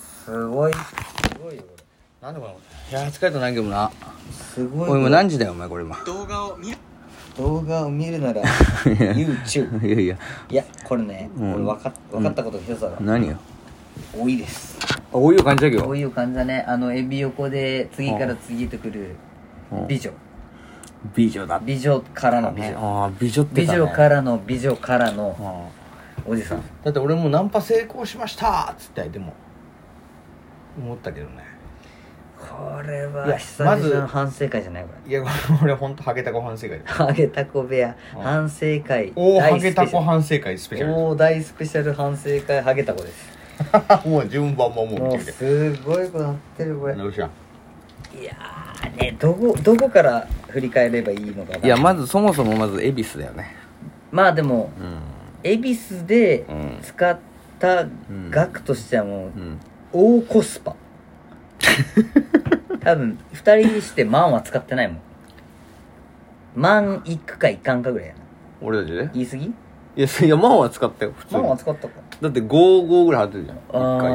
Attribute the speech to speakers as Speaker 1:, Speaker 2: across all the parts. Speaker 1: すごいすごいよこ
Speaker 2: なんでこれいや疲れたな今日もな
Speaker 1: れすごい
Speaker 2: おい今何時だよお前これ今
Speaker 3: 動画を見
Speaker 1: 動画を見る なら YouTube
Speaker 2: いやいや
Speaker 1: いやこれね、
Speaker 2: うん
Speaker 1: 俺分かっ分かったことが一つだろ、
Speaker 2: 何よ
Speaker 1: 多いです
Speaker 2: あ多いよ感じだけど
Speaker 1: 多いよ感じだねあのエビ横で次から次へと来る
Speaker 2: うん
Speaker 1: 美女
Speaker 2: 美女だっ
Speaker 1: 美女からの美
Speaker 2: ね
Speaker 1: 女
Speaker 2: ああ美女って
Speaker 1: 美
Speaker 2: たね
Speaker 1: 女からの美女から
Speaker 2: う
Speaker 1: の
Speaker 2: ん
Speaker 1: おじさん
Speaker 2: だって俺もうナンパ成功しましたっつってでも思ったけどね
Speaker 1: これ
Speaker 2: いや
Speaker 1: は久々
Speaker 2: まず
Speaker 1: の反省会じゃないこれ
Speaker 2: いやこれ俺ほんとハゲタコ反省会だ
Speaker 1: ハゲタコ部屋
Speaker 2: うん
Speaker 1: 反省会
Speaker 2: おおハ
Speaker 1: 大スペシ
Speaker 2: ゲ
Speaker 1: ャ
Speaker 2: タ
Speaker 1: ル
Speaker 2: コ反省会スペシャル
Speaker 1: 大大スペシャル反省会ハゲタコです
Speaker 2: もう順番ももう
Speaker 1: も
Speaker 2: 見
Speaker 1: う
Speaker 2: て
Speaker 1: すごいことなってるこれ
Speaker 2: るどうした
Speaker 1: いやーねどこどこから振り返ればいいのか
Speaker 2: いやまずそもそもまず恵比寿だよね
Speaker 1: まあでも
Speaker 2: うん
Speaker 1: 恵比寿で
Speaker 2: うん
Speaker 1: 使った額としてはもう
Speaker 2: うん
Speaker 1: 大コス パ多分2人にして万は使ってないもん万いくかいかんかぐらいやな
Speaker 2: 俺たちで
Speaker 1: 言い過ぎ
Speaker 2: いやいやマンは使ったよ普通に
Speaker 1: 万は使ったか
Speaker 2: だって55ぐらい払ってるじゃん1回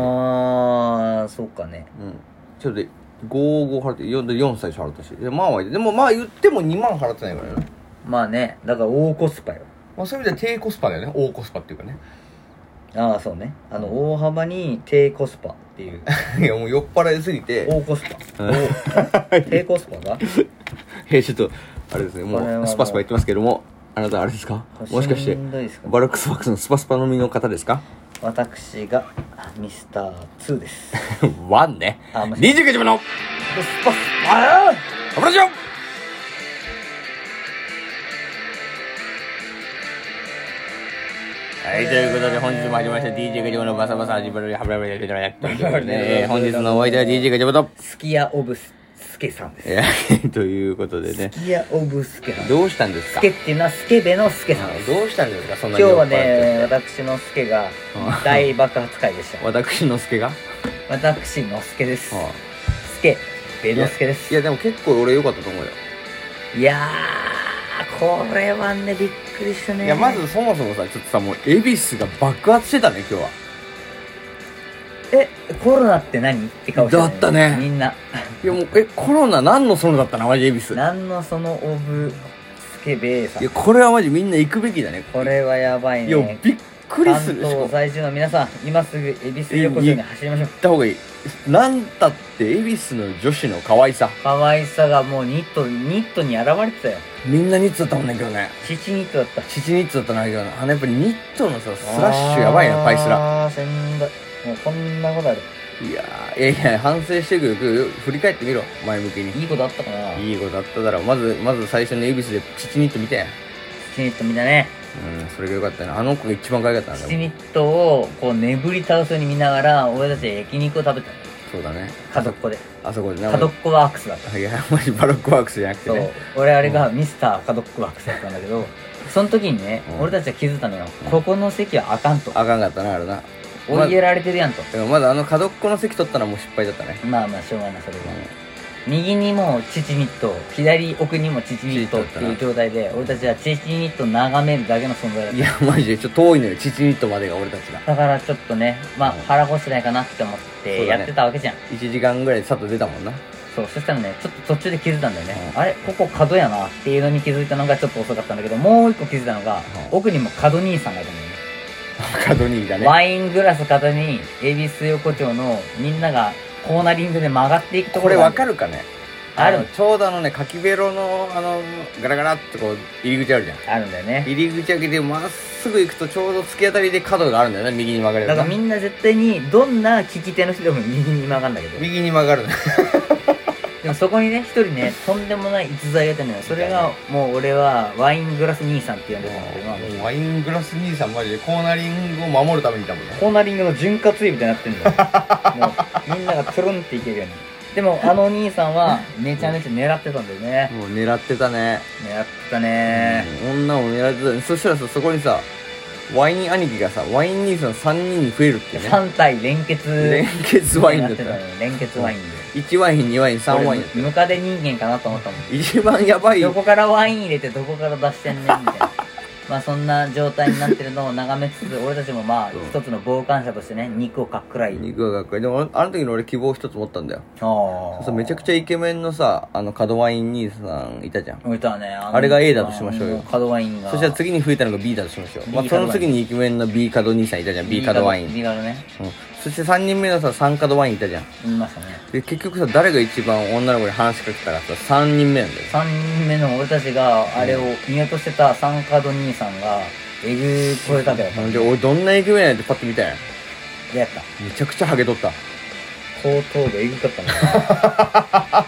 Speaker 2: で
Speaker 1: ああそうかね
Speaker 2: うんちょっと55払って 4, 4最初払ったしでマンはでもまあ言っても2万払ってないからね
Speaker 1: まあねだから大コスパよ
Speaker 2: まあ、そういう意味では低コスパだよね大コスパっていうかね
Speaker 1: ああそうねあの大幅に低コスパっていう
Speaker 2: いやもう酔っ払いすぎて
Speaker 1: 大コス
Speaker 2: うん
Speaker 1: パお低コスパが
Speaker 2: えちょっとあれですねも
Speaker 1: これはも
Speaker 2: う
Speaker 1: う
Speaker 2: スパスパ言ってますけどもあなたあれですか もしかして
Speaker 1: んどいですか
Speaker 2: バルックスワックスのスパスパ飲みの方ですか
Speaker 1: 私がミスター2です
Speaker 2: ワンね
Speaker 1: あもし
Speaker 2: 29時分の
Speaker 1: スパスあ
Speaker 2: オムラジオはい、ということで本日も始まりました DJ ガチャブのバサバサ始まるハブラブラブラブラブラブラブラ ねえー本日のお相手は DJ ガチャブと
Speaker 1: ースキヤオブスケさんです
Speaker 2: えー ということでね
Speaker 1: スキヤオブスケさん
Speaker 2: どうしたんです
Speaker 1: ス
Speaker 2: か
Speaker 1: ケっていうのはスケベのスケさんです
Speaker 2: どうしたんですかそん
Speaker 1: 今
Speaker 2: な
Speaker 1: 日
Speaker 2: に酔っ払
Speaker 1: は
Speaker 2: っ
Speaker 1: ね
Speaker 2: て
Speaker 1: 私のスケが大爆発会で した
Speaker 2: 私のすけが
Speaker 1: 私のスケです
Speaker 2: あ
Speaker 1: スケベのスケです
Speaker 2: いやでも結構俺良かったと思うよ
Speaker 1: いやーこれはねびっくりしたね
Speaker 2: いやまずそもそもさちょっとさもう恵比寿が爆発してたね今日は
Speaker 1: えコロナって何って顔して
Speaker 2: だったね
Speaker 1: みんない
Speaker 2: やもうえコロナ何のそのだったなマジ恵比寿い
Speaker 1: 何のそのオブスケベーさん
Speaker 2: やこれはマジみんな行くべきだね
Speaker 1: これはやばいね
Speaker 2: いやびっくりするし
Speaker 1: 関
Speaker 2: か
Speaker 1: 東
Speaker 2: も行っ
Speaker 1: 在住の皆さん今すぐ恵比寿横丁に走りましょう
Speaker 2: た方がいいなんたって恵比寿の女子の可愛さ
Speaker 1: 可愛さがもうニットニットに現れてたよ
Speaker 2: みんなニッツだったもんね今日ね
Speaker 1: チチニットだった
Speaker 2: 父ニッツだったな今日ねあのやっぱりニットのさスラッシュやばいなパイスラ
Speaker 1: あーしんどいもうこんなことある
Speaker 2: いやーいやいや反省してくる振り返ってみろ前向きに
Speaker 1: いいことあったかない
Speaker 2: いことあっただろまずまず最初の恵比寿で父ニット見て
Speaker 1: チチニット見たね
Speaker 2: うんそれがよかったなあの子が一番可愛かったな
Speaker 1: チ
Speaker 2: で
Speaker 1: チ
Speaker 2: も
Speaker 1: ニットをこう眠り倒すように見ながら俺たちは焼肉を食べた
Speaker 2: そうだね
Speaker 1: 角っこで
Speaker 2: あそこでね
Speaker 1: 角っこワークスだった
Speaker 2: いやマジバロックワークスじゃなくて
Speaker 1: そう
Speaker 2: ね
Speaker 1: 俺あれがミスターカドックワークスだったんだけどその時にね、
Speaker 2: うん
Speaker 1: 俺たちは気づいたのよ、ここの席はあかんと
Speaker 2: あかんかったなあれな
Speaker 1: 追いやられてるやんと、
Speaker 2: でもまだあの角っこの席取ったのはもう失敗だったね
Speaker 1: まあまあしょうがないそれは、右にもチチニット左奥にもチチニットっていう状態で俺たちはチチニットを眺めるだけの存在だっ
Speaker 2: いやマジでちょっと遠いのよチチニットまでが俺たちが
Speaker 1: ただからちょっとねまあ
Speaker 2: うん
Speaker 1: 腹ごしらえかなって思っ
Speaker 2: そう
Speaker 1: て
Speaker 2: だね
Speaker 1: やってたわけじゃん
Speaker 2: 1時間ぐらいでさっと出たもんな
Speaker 1: そう,、そしたらねちょっと途中で気づいたんだよね、
Speaker 2: うん
Speaker 1: あれここ角やなっていうのに気づいたのがちょっと遅かったんだけどもう一個気づいたのが、
Speaker 2: うん
Speaker 1: 奥にも角兄さんがいたんだよね
Speaker 2: 角にいたね
Speaker 1: ワイングラス片手に恵比寿横丁のみんながコーナリングで曲がっていくと
Speaker 2: こ
Speaker 1: こ
Speaker 2: れ
Speaker 1: ろ
Speaker 2: わか
Speaker 1: る
Speaker 2: るかね
Speaker 1: ある
Speaker 2: のちょうどあのね柿ベロのあのガラガラってこう入り口あるじゃん
Speaker 1: あるんだよね
Speaker 2: 入り口開けてまっすぐ行くとちょうど突き当たりで角があるんだよね右に曲がれ
Speaker 1: だか
Speaker 2: る
Speaker 1: ら
Speaker 2: な
Speaker 1: みんな絶対にどんな利き手の人でも右に曲がるんだけど
Speaker 2: 右に曲がるね
Speaker 1: でもそこにね一人ねとんでもない逸材がいたのよそれがもう俺はワイングラス兄さんって呼んでたんだけど
Speaker 2: もうワイングラス兄さんマジでコーナリングを守るためにいたもんね
Speaker 1: コーナリングの潤滑油みたいになってんだよもうみんながトゥルンっていけるようにでもあのお兄さんはめちゃめちゃ狙ってたんだよね
Speaker 2: もう狙ってたね
Speaker 1: 狙ってたね
Speaker 2: うん女を狙ってたねそしたらさそこにさワイン兄貴がさワイン兄さん3人に増えるっていうね
Speaker 1: 3体連結
Speaker 2: 連結ワインだった
Speaker 1: 狙ってのよ連結ワインで
Speaker 2: 1ワイン2ワイン3ワイン
Speaker 1: 俺ムカデ人間かなと思ったもん
Speaker 2: 一番やばい
Speaker 1: どこからワイン入れてどこから出してんねんみたいなまあそんな状態になってるのを眺めつつ俺たちもまあ
Speaker 2: そう
Speaker 1: 一つの傍観者としてね肉をかっくらい
Speaker 2: 肉がかっこいいでもああの時の俺希望一つ持ったんだよ
Speaker 1: ああ
Speaker 2: そうめちゃくちゃイケメンのさあの角ワイン兄さんいたじゃん
Speaker 1: いたねあの
Speaker 2: あれが A だとしましょうよ
Speaker 1: も角ワインが
Speaker 2: そしたら次に増えたのが B だとしましょう、まあ、
Speaker 1: B
Speaker 2: そ
Speaker 1: 角ワイン
Speaker 2: の次にイケメンの B 角兄さんいたじゃん B 角ワイン、うん、
Speaker 1: ビガルね
Speaker 2: そして3人目のさ3角ワインいたじゃん
Speaker 1: 言いましたね
Speaker 2: で結局さ誰が一番女の子に話しかけたらさ3人目なんだよ
Speaker 1: 3人目の俺たちがあれを見落としてたサンカド兄さんがえぐ超えたべ
Speaker 2: なんで俺どんなイケメンやねんってパッと見たやん
Speaker 1: でやった
Speaker 2: めちゃくちゃハゲとった
Speaker 1: 後頭部えぐかったな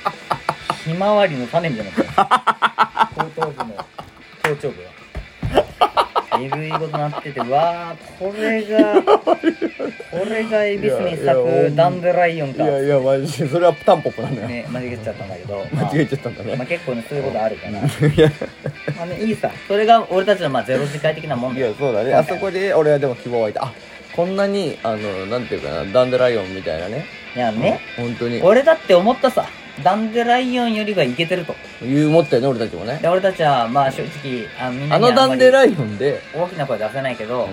Speaker 1: ひまわりの種みたいになった後頭部の頭頂部がえぐいことなっててわあこれがこれが恵比寿に咲くダンデライオンか
Speaker 2: いやマジでそれはタンポポなんだ
Speaker 1: ね間違えちゃったんだけど
Speaker 2: ちゃったんだ
Speaker 1: まあ、まあ結構ねそういうことあるから
Speaker 2: いや
Speaker 1: まあねいいさそれが俺たちのまあゼロ次回的なもん
Speaker 2: い
Speaker 1: だよ
Speaker 2: やそうだねあそこで俺はでも希望湧いたあこんなにあのなんていうかなダンデライオンみたいなね
Speaker 1: いやね、
Speaker 2: 本当に
Speaker 1: 俺だって思ったさダンデライオンよりはいけてると
Speaker 2: 言う思ったよね俺たちもね
Speaker 1: で俺たちはまあ正直あみんな
Speaker 2: あ
Speaker 1: に
Speaker 2: の
Speaker 1: は
Speaker 2: ダ
Speaker 1: あんま
Speaker 2: ン
Speaker 1: り
Speaker 2: デライオンで、
Speaker 1: 大きな声出せないけど、
Speaker 2: う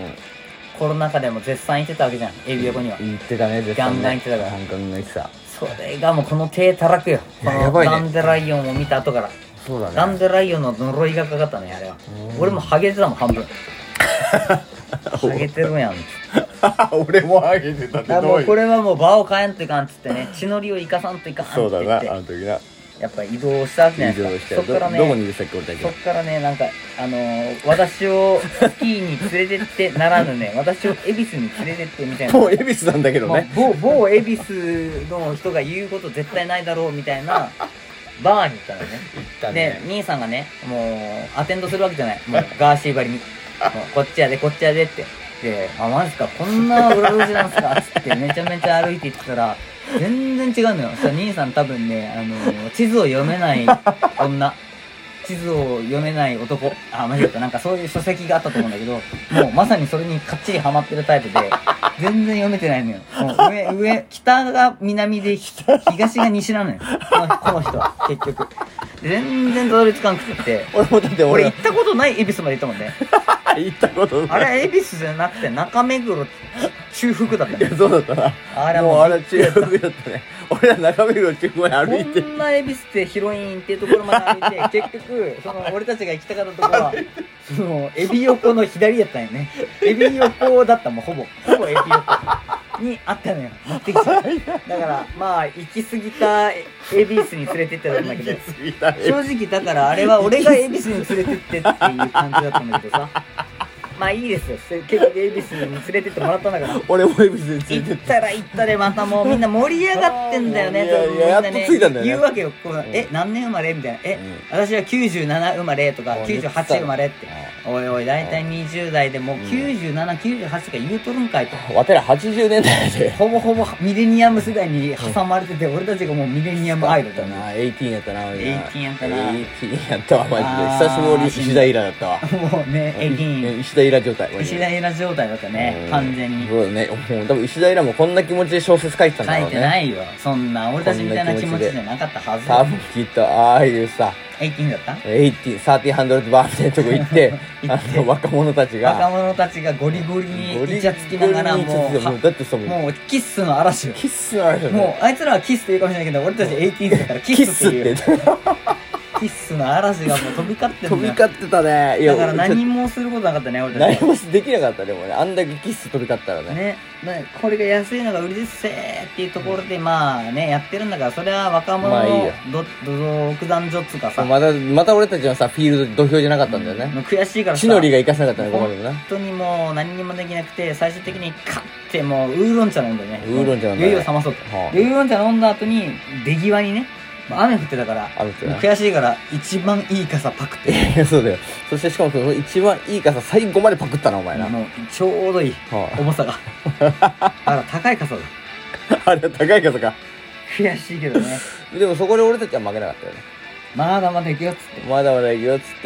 Speaker 1: コロナ禍でも絶賛言ってたわけじゃんエビ横には、
Speaker 2: ん、言ってたね絶対ね
Speaker 1: ガンガン言ってたから
Speaker 2: ガンガン言ってた
Speaker 1: それがもうこの手たらくよ
Speaker 2: い
Speaker 1: こ
Speaker 2: や
Speaker 1: の
Speaker 2: やばいね
Speaker 1: ダンデライオンを見た後から、
Speaker 2: そう
Speaker 1: ダ
Speaker 2: だ
Speaker 1: ン
Speaker 2: ね
Speaker 1: デライオンの呪いがかかったねあれは
Speaker 2: うん
Speaker 1: 俺もハゲてたもん半 分ハゲてるやん
Speaker 2: 俺もハゲてたっ
Speaker 1: あもうこれはもう場を変えんといかんっつってね血のりを生かさんといかんって
Speaker 2: そ
Speaker 1: 言
Speaker 2: う
Speaker 1: って
Speaker 2: だなあの時な
Speaker 1: やっぱ移動したわけじゃ
Speaker 2: 以
Speaker 1: ない
Speaker 2: 上
Speaker 1: で
Speaker 2: し
Speaker 1: す
Speaker 2: て
Speaker 1: かそ
Speaker 2: ど
Speaker 1: っからね
Speaker 2: どこにいるさっき俺たち
Speaker 1: そ
Speaker 2: は
Speaker 1: っからね、なんか、あのー、私をスキーに連れてってならぬ ね、私を恵比寿に連れてってみたいな。
Speaker 2: もう恵比寿なんだけど
Speaker 1: まあ
Speaker 2: ね、
Speaker 1: 某、某恵比寿の人が言うこと絶対ないだろうみたい な、バーに行ったのね。
Speaker 2: だ
Speaker 1: で
Speaker 2: ね、
Speaker 1: 兄さんがね、もう、アテンドするわけじゃない。もう、ガーシーばりに。もう、こっちやで、こっちやでって。で、あ、マジか、こんな裏路地なんすか つって、めちゃめちゃ歩いていったら、全然違うのよ。そしたら兄さん多分ね、あの、地図を読めない女。地図を読めない男。あ、マジだった。なんかそういう書籍があったと思うんだけど、もうまさにそれにかっちりハマってるタイプで、全然読めてないのよ。もう上、上、北が南で、ひ東が西なのよ。このこの人は、結局。全然たどり着かんくって。
Speaker 2: 俺もだって
Speaker 1: 俺
Speaker 2: 俺
Speaker 1: 行ったことない恵比寿まで行ったもんね。
Speaker 2: 行ったこと
Speaker 1: あ
Speaker 2: ない
Speaker 1: れ恵比寿じゃなくて中目黒中腹だった
Speaker 2: い
Speaker 1: ね
Speaker 2: や。そうだったな
Speaker 1: あれはも
Speaker 2: も
Speaker 1: う
Speaker 2: うあれは中学だったね俺ら中目黒中学まで歩いて
Speaker 1: こんな恵比寿ってヒロインっていうところまで歩い て結局その俺たちが行きたかったところはそのエビ横の左やったんよ ねエビ横だったもんほぼほぼエビ横にあったのよ持ってきちゃうだからまあ行き過ぎた恵比寿に連れてってたんだけど
Speaker 2: 行き過ぎたね
Speaker 1: 正直だからあれは俺が恵比寿に連れてってっていう感じだったんだけどさまあいいですよ結局恵比寿に連れてってもらったんだから
Speaker 2: 俺も恵比寿に連れて
Speaker 1: 行
Speaker 2: っ
Speaker 1: ってたら行ったでまたもうみんな盛り上がってんだよね
Speaker 2: いやいややっと着いたんだよね
Speaker 1: 言うわけよこう、
Speaker 2: ん
Speaker 1: え何年生まれみたいなえ、
Speaker 2: うん
Speaker 1: 私は97生まれとか
Speaker 2: うん言ってた
Speaker 1: 98生まれっておいおい大体20代でもう9798とか言うとるんかいと
Speaker 2: わてら80年代で
Speaker 1: ほぼほぼミレニアム世代に挟まれてて俺たちがもうミレニアムアイドルだな
Speaker 2: 18やったな俺ら
Speaker 1: 18やったな
Speaker 2: 18やったわマ
Speaker 1: あ
Speaker 2: ジ
Speaker 1: ー
Speaker 2: で久しぶりに石田イラだったわ
Speaker 1: もうねエギ
Speaker 2: うん
Speaker 1: ン
Speaker 2: 石田イラ状態
Speaker 1: 石田イラ状態だったね
Speaker 2: うん
Speaker 1: 完全に
Speaker 2: そうだねもう多分石田イラもこんな気持ちで小説書いてたんだ
Speaker 1: 書
Speaker 2: ろ
Speaker 1: いうてな
Speaker 2: ね
Speaker 1: いよそんな俺たちみたいな気持ちじゃなかったはず
Speaker 2: 多分きっとああいうさ
Speaker 1: エギンだった
Speaker 2: 18、30ハンドルバーみたいなとこ行って
Speaker 1: 行って
Speaker 2: あの若者たちが
Speaker 1: 若者たちがゴリゴリに
Speaker 2: ゴリ
Speaker 1: イチャつきながらもう
Speaker 2: ゴリゴリにイチャついてもうだってそう
Speaker 1: はもうキッスの嵐よ
Speaker 2: キスあるよね
Speaker 1: もうあいつらはキスって言うかもしれないけど俺たち18だからキ
Speaker 2: キ
Speaker 1: ス
Speaker 2: ス
Speaker 1: っ
Speaker 2: ってて
Speaker 1: いうキスの嵐がもう飛び交ってんだ
Speaker 2: 飛
Speaker 1: よ
Speaker 2: び交ってたねいや
Speaker 1: だから何
Speaker 2: ち
Speaker 1: もすることなかったね
Speaker 2: ょ
Speaker 1: 俺た
Speaker 2: 何
Speaker 1: ち
Speaker 2: もできなかったねもうねあんだけキス飛び交ったらね
Speaker 1: ねねこれが安いのが売りですせーっていうところでまあねやってるんだからそれは若者
Speaker 2: まあいい
Speaker 1: の
Speaker 2: よ
Speaker 1: ど独壇場っつうかさ
Speaker 2: またまた俺たちのさフィールド土俵じゃなかったんだよね
Speaker 1: もう悔しいからさ
Speaker 2: 地の利が生かせなかったねここまでも
Speaker 1: 本
Speaker 2: な
Speaker 1: 当にもう何にもできなくて最終的にカッてもうウーロン茶飲んだよね
Speaker 2: ウーロン茶飲んだ
Speaker 1: 酔
Speaker 2: ね
Speaker 1: いを冷まそうと、
Speaker 2: はあ
Speaker 1: でウーロン茶飲んだ後に出際にねまあ雨降ってたから
Speaker 2: 雨降ってたね
Speaker 1: もう悔しいから一番いい傘パクって
Speaker 2: いやそうだよそしてしかもその一番いい傘最後までパクったなお前な、
Speaker 1: もうちょうどいい
Speaker 2: は
Speaker 1: 重さがあら高い傘だ
Speaker 2: あ、あれ高い傘か
Speaker 1: 悔しいけどね
Speaker 2: でもそこで俺たちは負けなかったよね
Speaker 1: まだまだ行くよっつっ
Speaker 2: まだまだ行くよっつって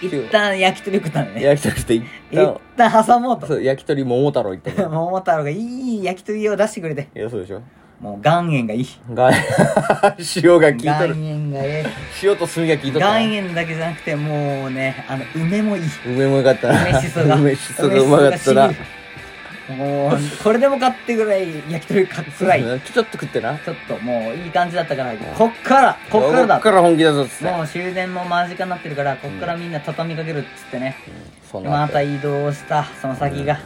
Speaker 1: て一旦焼き鳥食ったんだね
Speaker 2: 焼き鳥して行った
Speaker 1: 一
Speaker 2: の
Speaker 1: 旦挟もうと
Speaker 2: そう焼き鳥桃太郎行ったの
Speaker 1: 桃太郎がいい焼き鳥を出してくれて
Speaker 2: いやそうでしょ
Speaker 1: もう岩塩がいい。
Speaker 2: が 塩が効いと
Speaker 1: 岩
Speaker 2: る
Speaker 1: 塩がえ
Speaker 2: 塩と炭が効い
Speaker 1: え。
Speaker 2: とる
Speaker 1: 岩塩だけじゃなくて、もうね、あの、梅もいい。
Speaker 2: 梅もよかったな
Speaker 1: 梅しそが。
Speaker 2: 梅しそがうまかったな
Speaker 1: 梅しそがしもう、これでもかってぐらい焼き鳥かっく らい。
Speaker 2: うんちょっと食ってな
Speaker 1: ちょっともういい感じだったから、こっから、こっからだ。
Speaker 2: こっから本気だぞっつって
Speaker 1: もう終電も間近になってるから、こっからみんな畳みかけるっつってね。
Speaker 2: そ
Speaker 1: で
Speaker 2: の
Speaker 1: ま
Speaker 2: 後
Speaker 1: た移動した、その先が。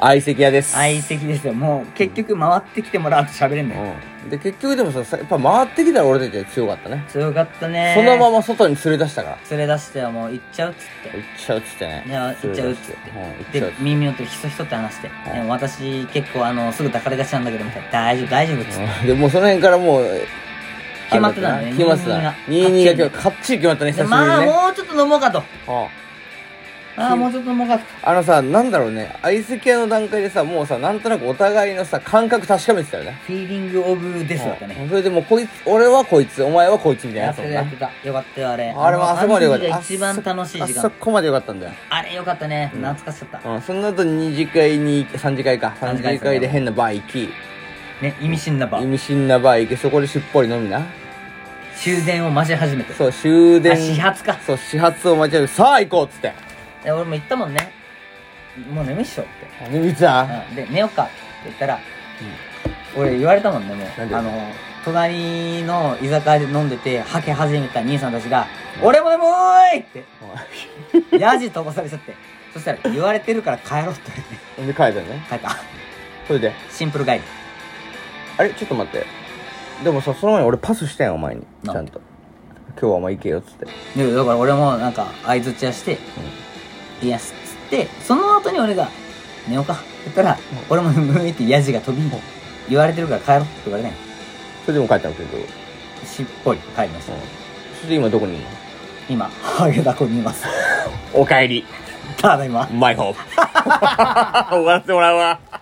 Speaker 2: 相席屋です
Speaker 1: 相席ですよ。もう結局回ってきてもらうと喋れんだよ。
Speaker 2: うんで結局でもささやっぱ回ってきたら俺たちが強かったね
Speaker 1: 強かったね。
Speaker 2: そのまま外に連れ出したから
Speaker 1: 連れ出してはもう行っちゃうっつって。
Speaker 2: 行っちゃうっつってね
Speaker 1: じゃあ行っちゃうっつっ。
Speaker 2: うん行ってちゃう
Speaker 1: で
Speaker 2: っつっ、
Speaker 1: 耳をとひそひそって話して。
Speaker 2: ん
Speaker 1: でも私結構あの、すぐ抱かれがちなんだけど、みたいな。大丈夫、大丈夫っつって。
Speaker 2: てうんでもうその辺からもう
Speaker 1: 決まってたんだね
Speaker 2: 決まってた
Speaker 1: 22
Speaker 2: 22
Speaker 1: が
Speaker 2: が今日かっちり決まったね
Speaker 1: で
Speaker 2: 久しぶり
Speaker 1: ま
Speaker 2: に
Speaker 1: あ、
Speaker 2: ね
Speaker 1: もうちょっと飲もうかと。
Speaker 2: うん
Speaker 1: ああ、もうちょっと飲もうかと。
Speaker 2: あのさなんだろうね相席屋の段階でさもうさなんとなくお互いのさ感覚確かめてたよね
Speaker 1: フィーリングオブですだったね。
Speaker 2: うんそれでもうこいつ俺はこいつお前はこいつみたいな
Speaker 1: や
Speaker 2: や
Speaker 1: っ
Speaker 2: つ
Speaker 1: てた
Speaker 2: だもん
Speaker 1: や
Speaker 2: な
Speaker 1: ってた。よかったよ、あれ。
Speaker 2: あれはあそこまでよかった
Speaker 1: あの時が一番楽しい時
Speaker 2: あ
Speaker 1: 間。
Speaker 2: そこまでよかったんだよ
Speaker 1: あれよかったね。懐かしかった。
Speaker 2: うん、その後二次会に三次会か
Speaker 1: 三
Speaker 2: 三
Speaker 1: 次
Speaker 2: 次
Speaker 1: 会
Speaker 2: 会で変なバー行き
Speaker 1: ね、意味深な場
Speaker 2: 意。味深なバー行きそこでしっぽり飲みな
Speaker 1: 終電を待ち始めて。
Speaker 2: そう終電
Speaker 1: あ、始発か。
Speaker 2: そう始発を待ち合わせさあ行こうっつって
Speaker 1: で俺も言ったもんね。もう眠いっしょって。
Speaker 2: ねみつは
Speaker 1: うんで、寝ようかって言ったら、俺言われたもんね、も
Speaker 2: なん
Speaker 1: う。
Speaker 2: で
Speaker 1: あの、隣の居酒屋で飲んでて、吐き始めた兄さんたちが、俺も眠いって、ヤジ飛ばされちゃって。そしたら、言われてるから帰ろうって言われて、
Speaker 2: ほんで帰ったよね
Speaker 1: 帰った。
Speaker 2: それで
Speaker 1: シンプル帰り。
Speaker 2: あれちょっと待ってでもさその前に俺パスしたよお前にち
Speaker 1: な
Speaker 2: ゃんと今日はお前行けよっつって
Speaker 1: でだから俺もなんか相づちはして「いやっつってその後に俺が「寝ようか」って言ったら「俺も眠い」ってヤジが飛び言われてるから帰ろうって言われない
Speaker 2: それでも帰ったんだけど、うん、
Speaker 1: しっぽり帰りました
Speaker 2: それで今どこにいる
Speaker 1: 今ハゲダコにいます
Speaker 2: のおかえり
Speaker 1: ただいま
Speaker 2: マイホーム 終わらせてもらうわ